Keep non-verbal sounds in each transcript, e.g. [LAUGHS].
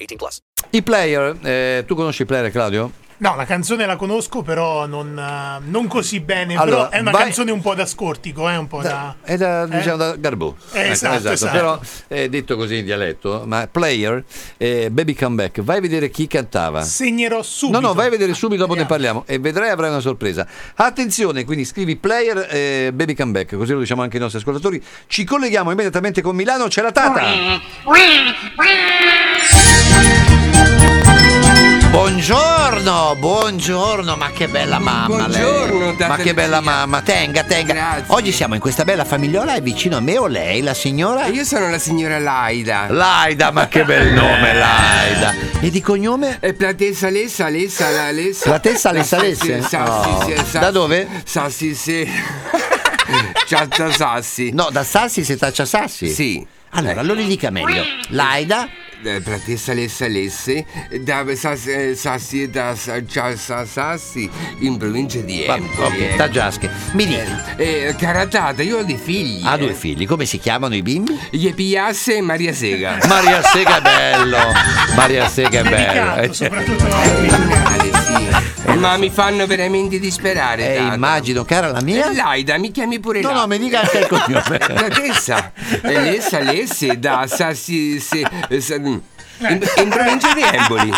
18 plus. I player, eh, tu conosci i player, Claudio? No, la canzone la conosco, però non, eh, non così bene. Allora, però è una vai- canzone un po' da scortico, eh, un po' da. È da, eh? diciamo, da Garbu. Eh, esatto, esatto. Però è detto così in dialetto, ma player, eh, baby comeback, vai a vedere chi cantava. Segnerò subito. No, no, vai a vedere subito, dopo ne Vediamo. parliamo e vedrai avrai una sorpresa. Attenzione, quindi scrivi player eh, baby comeback, così lo diciamo anche ai nostri ascoltatori. Ci colleghiamo immediatamente con Milano, c'è la Tata. Buongiorno, buongiorno, ma che bella mamma Buongiorno, lei. Tata Ma che bella mamma, tenga, tenga. Grazie. Oggi siamo in questa bella famigliola e vicino a me o lei, la signora? Io sono la signora Laida. Laida, ma che [LAUGHS] bel nome Laida. E di cognome? E platessa Lessa, Lessa, la Lessa. Platessa Lessa, Sassi- Lessa? Sassi, No. sì, Sassi. Ah. Da dove? Sassi, sì. [LAUGHS] Certo, Ciatta Sassi. No, da Sassi si taccia Sassi. Sì. Allora, lo ridica meglio. Laida, Eh, Platessa Lessa Lesse, da Sassi, eh, Sassi e da Sa- Cia- Sa- Sassi in provincia di va- Empoli. ok, eh. Tagiasche. Mi dica, Eh, cara Tata, io ho dei figli. ha eh. Ah, due figli, come si chiamano i bimbi? Yepiasse e Maria Sega. Maria Sega è bello. Maria Sega è Dedicato, bello. soprattutto la Male, sì. Ma mi fanno veramente disperare. Eh, Tata. immagino, cara la mia. Eh, Laida, mi chiami pure No, Laida. no, mi dica anche il cognome. [LAUGHS] Cioè, Tessa, eh. Lessa, Lesse, eh, da Sassi, se, se- in, eh, mm, Eh. in provincia [LAUGHS] di Oh. Empoli.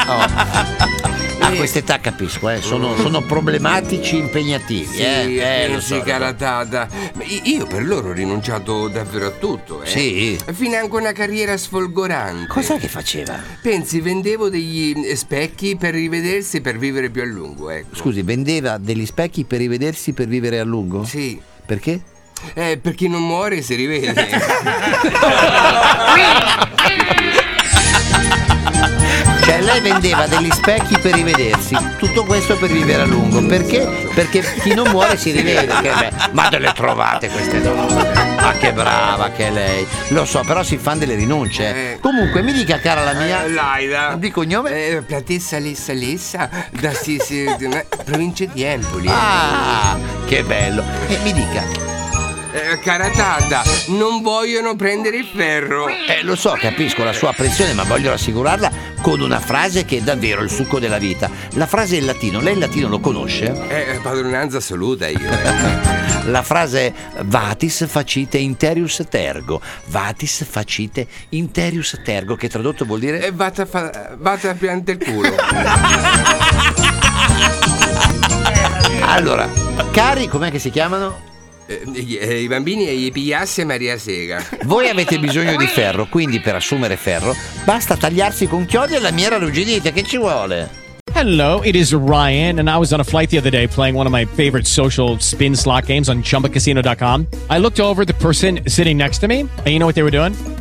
A quest'età Ah, capisco, eh, sono, sono problematici impegnativi. Sì, eh, eh, lo sì, so, lo so. cara Tata. Ma i- Io per loro ho rinunciato davvero a tutto, eh. Sì. Fino anche a una carriera sfolgorante. Cos'è che faceva? Pensi, vendevo degli eh, specchi per rivedersi e per vivere più a lungo, ecco. Scusi, vendeva degli specchi per rivedersi per vivere a lungo? Sì. Perché? Eh, per chi non muore si [LAUGHS] rivede. Cioè lei vendeva degli specchi per rivedersi, tutto questo per vivere a lungo, perché? Perché chi non muore si rivede, che be- ma dove le trovate queste donne? Ma che brava che è lei, lo so, però si fanno delle rinunce. Eh. Comunque mi dica cara la mia, Eh, Laida. di cognome? Eh, Platessa Lessa Lessa, da si, si- eh, provincia di Empoli. Ah, che bello, e mi dica, Eh, cara Tata, non vogliono prendere il ferro. eh, lo so, capisco la sua apprensione, ma voglio rassicurarla con una frase che è davvero il succo della vita. La frase è in latino, lei il latino lo conosce? Eh, padronanza assoluta io. eh. La frase è Vatis facite interius tergo. Vatis facite interius tergo, che tradotto vuol dire. E vada a, Eh, fa- vada a piante il culo. Allora, cari, com'è che si chiamano? Eh, eh, I bambini e gli pigliasse Maria Sega. Voi avete bisogno di ferro, quindi per assumere ferro basta tagliarsi con chiodi e la mia ruggidita, che ci vuole? Hello, it is Ryan, and I was on a flight the other day playing one of my favorite social spin slot games on chumbacasino.com. I looked over at the person sitting next to me, and you know what they were doing?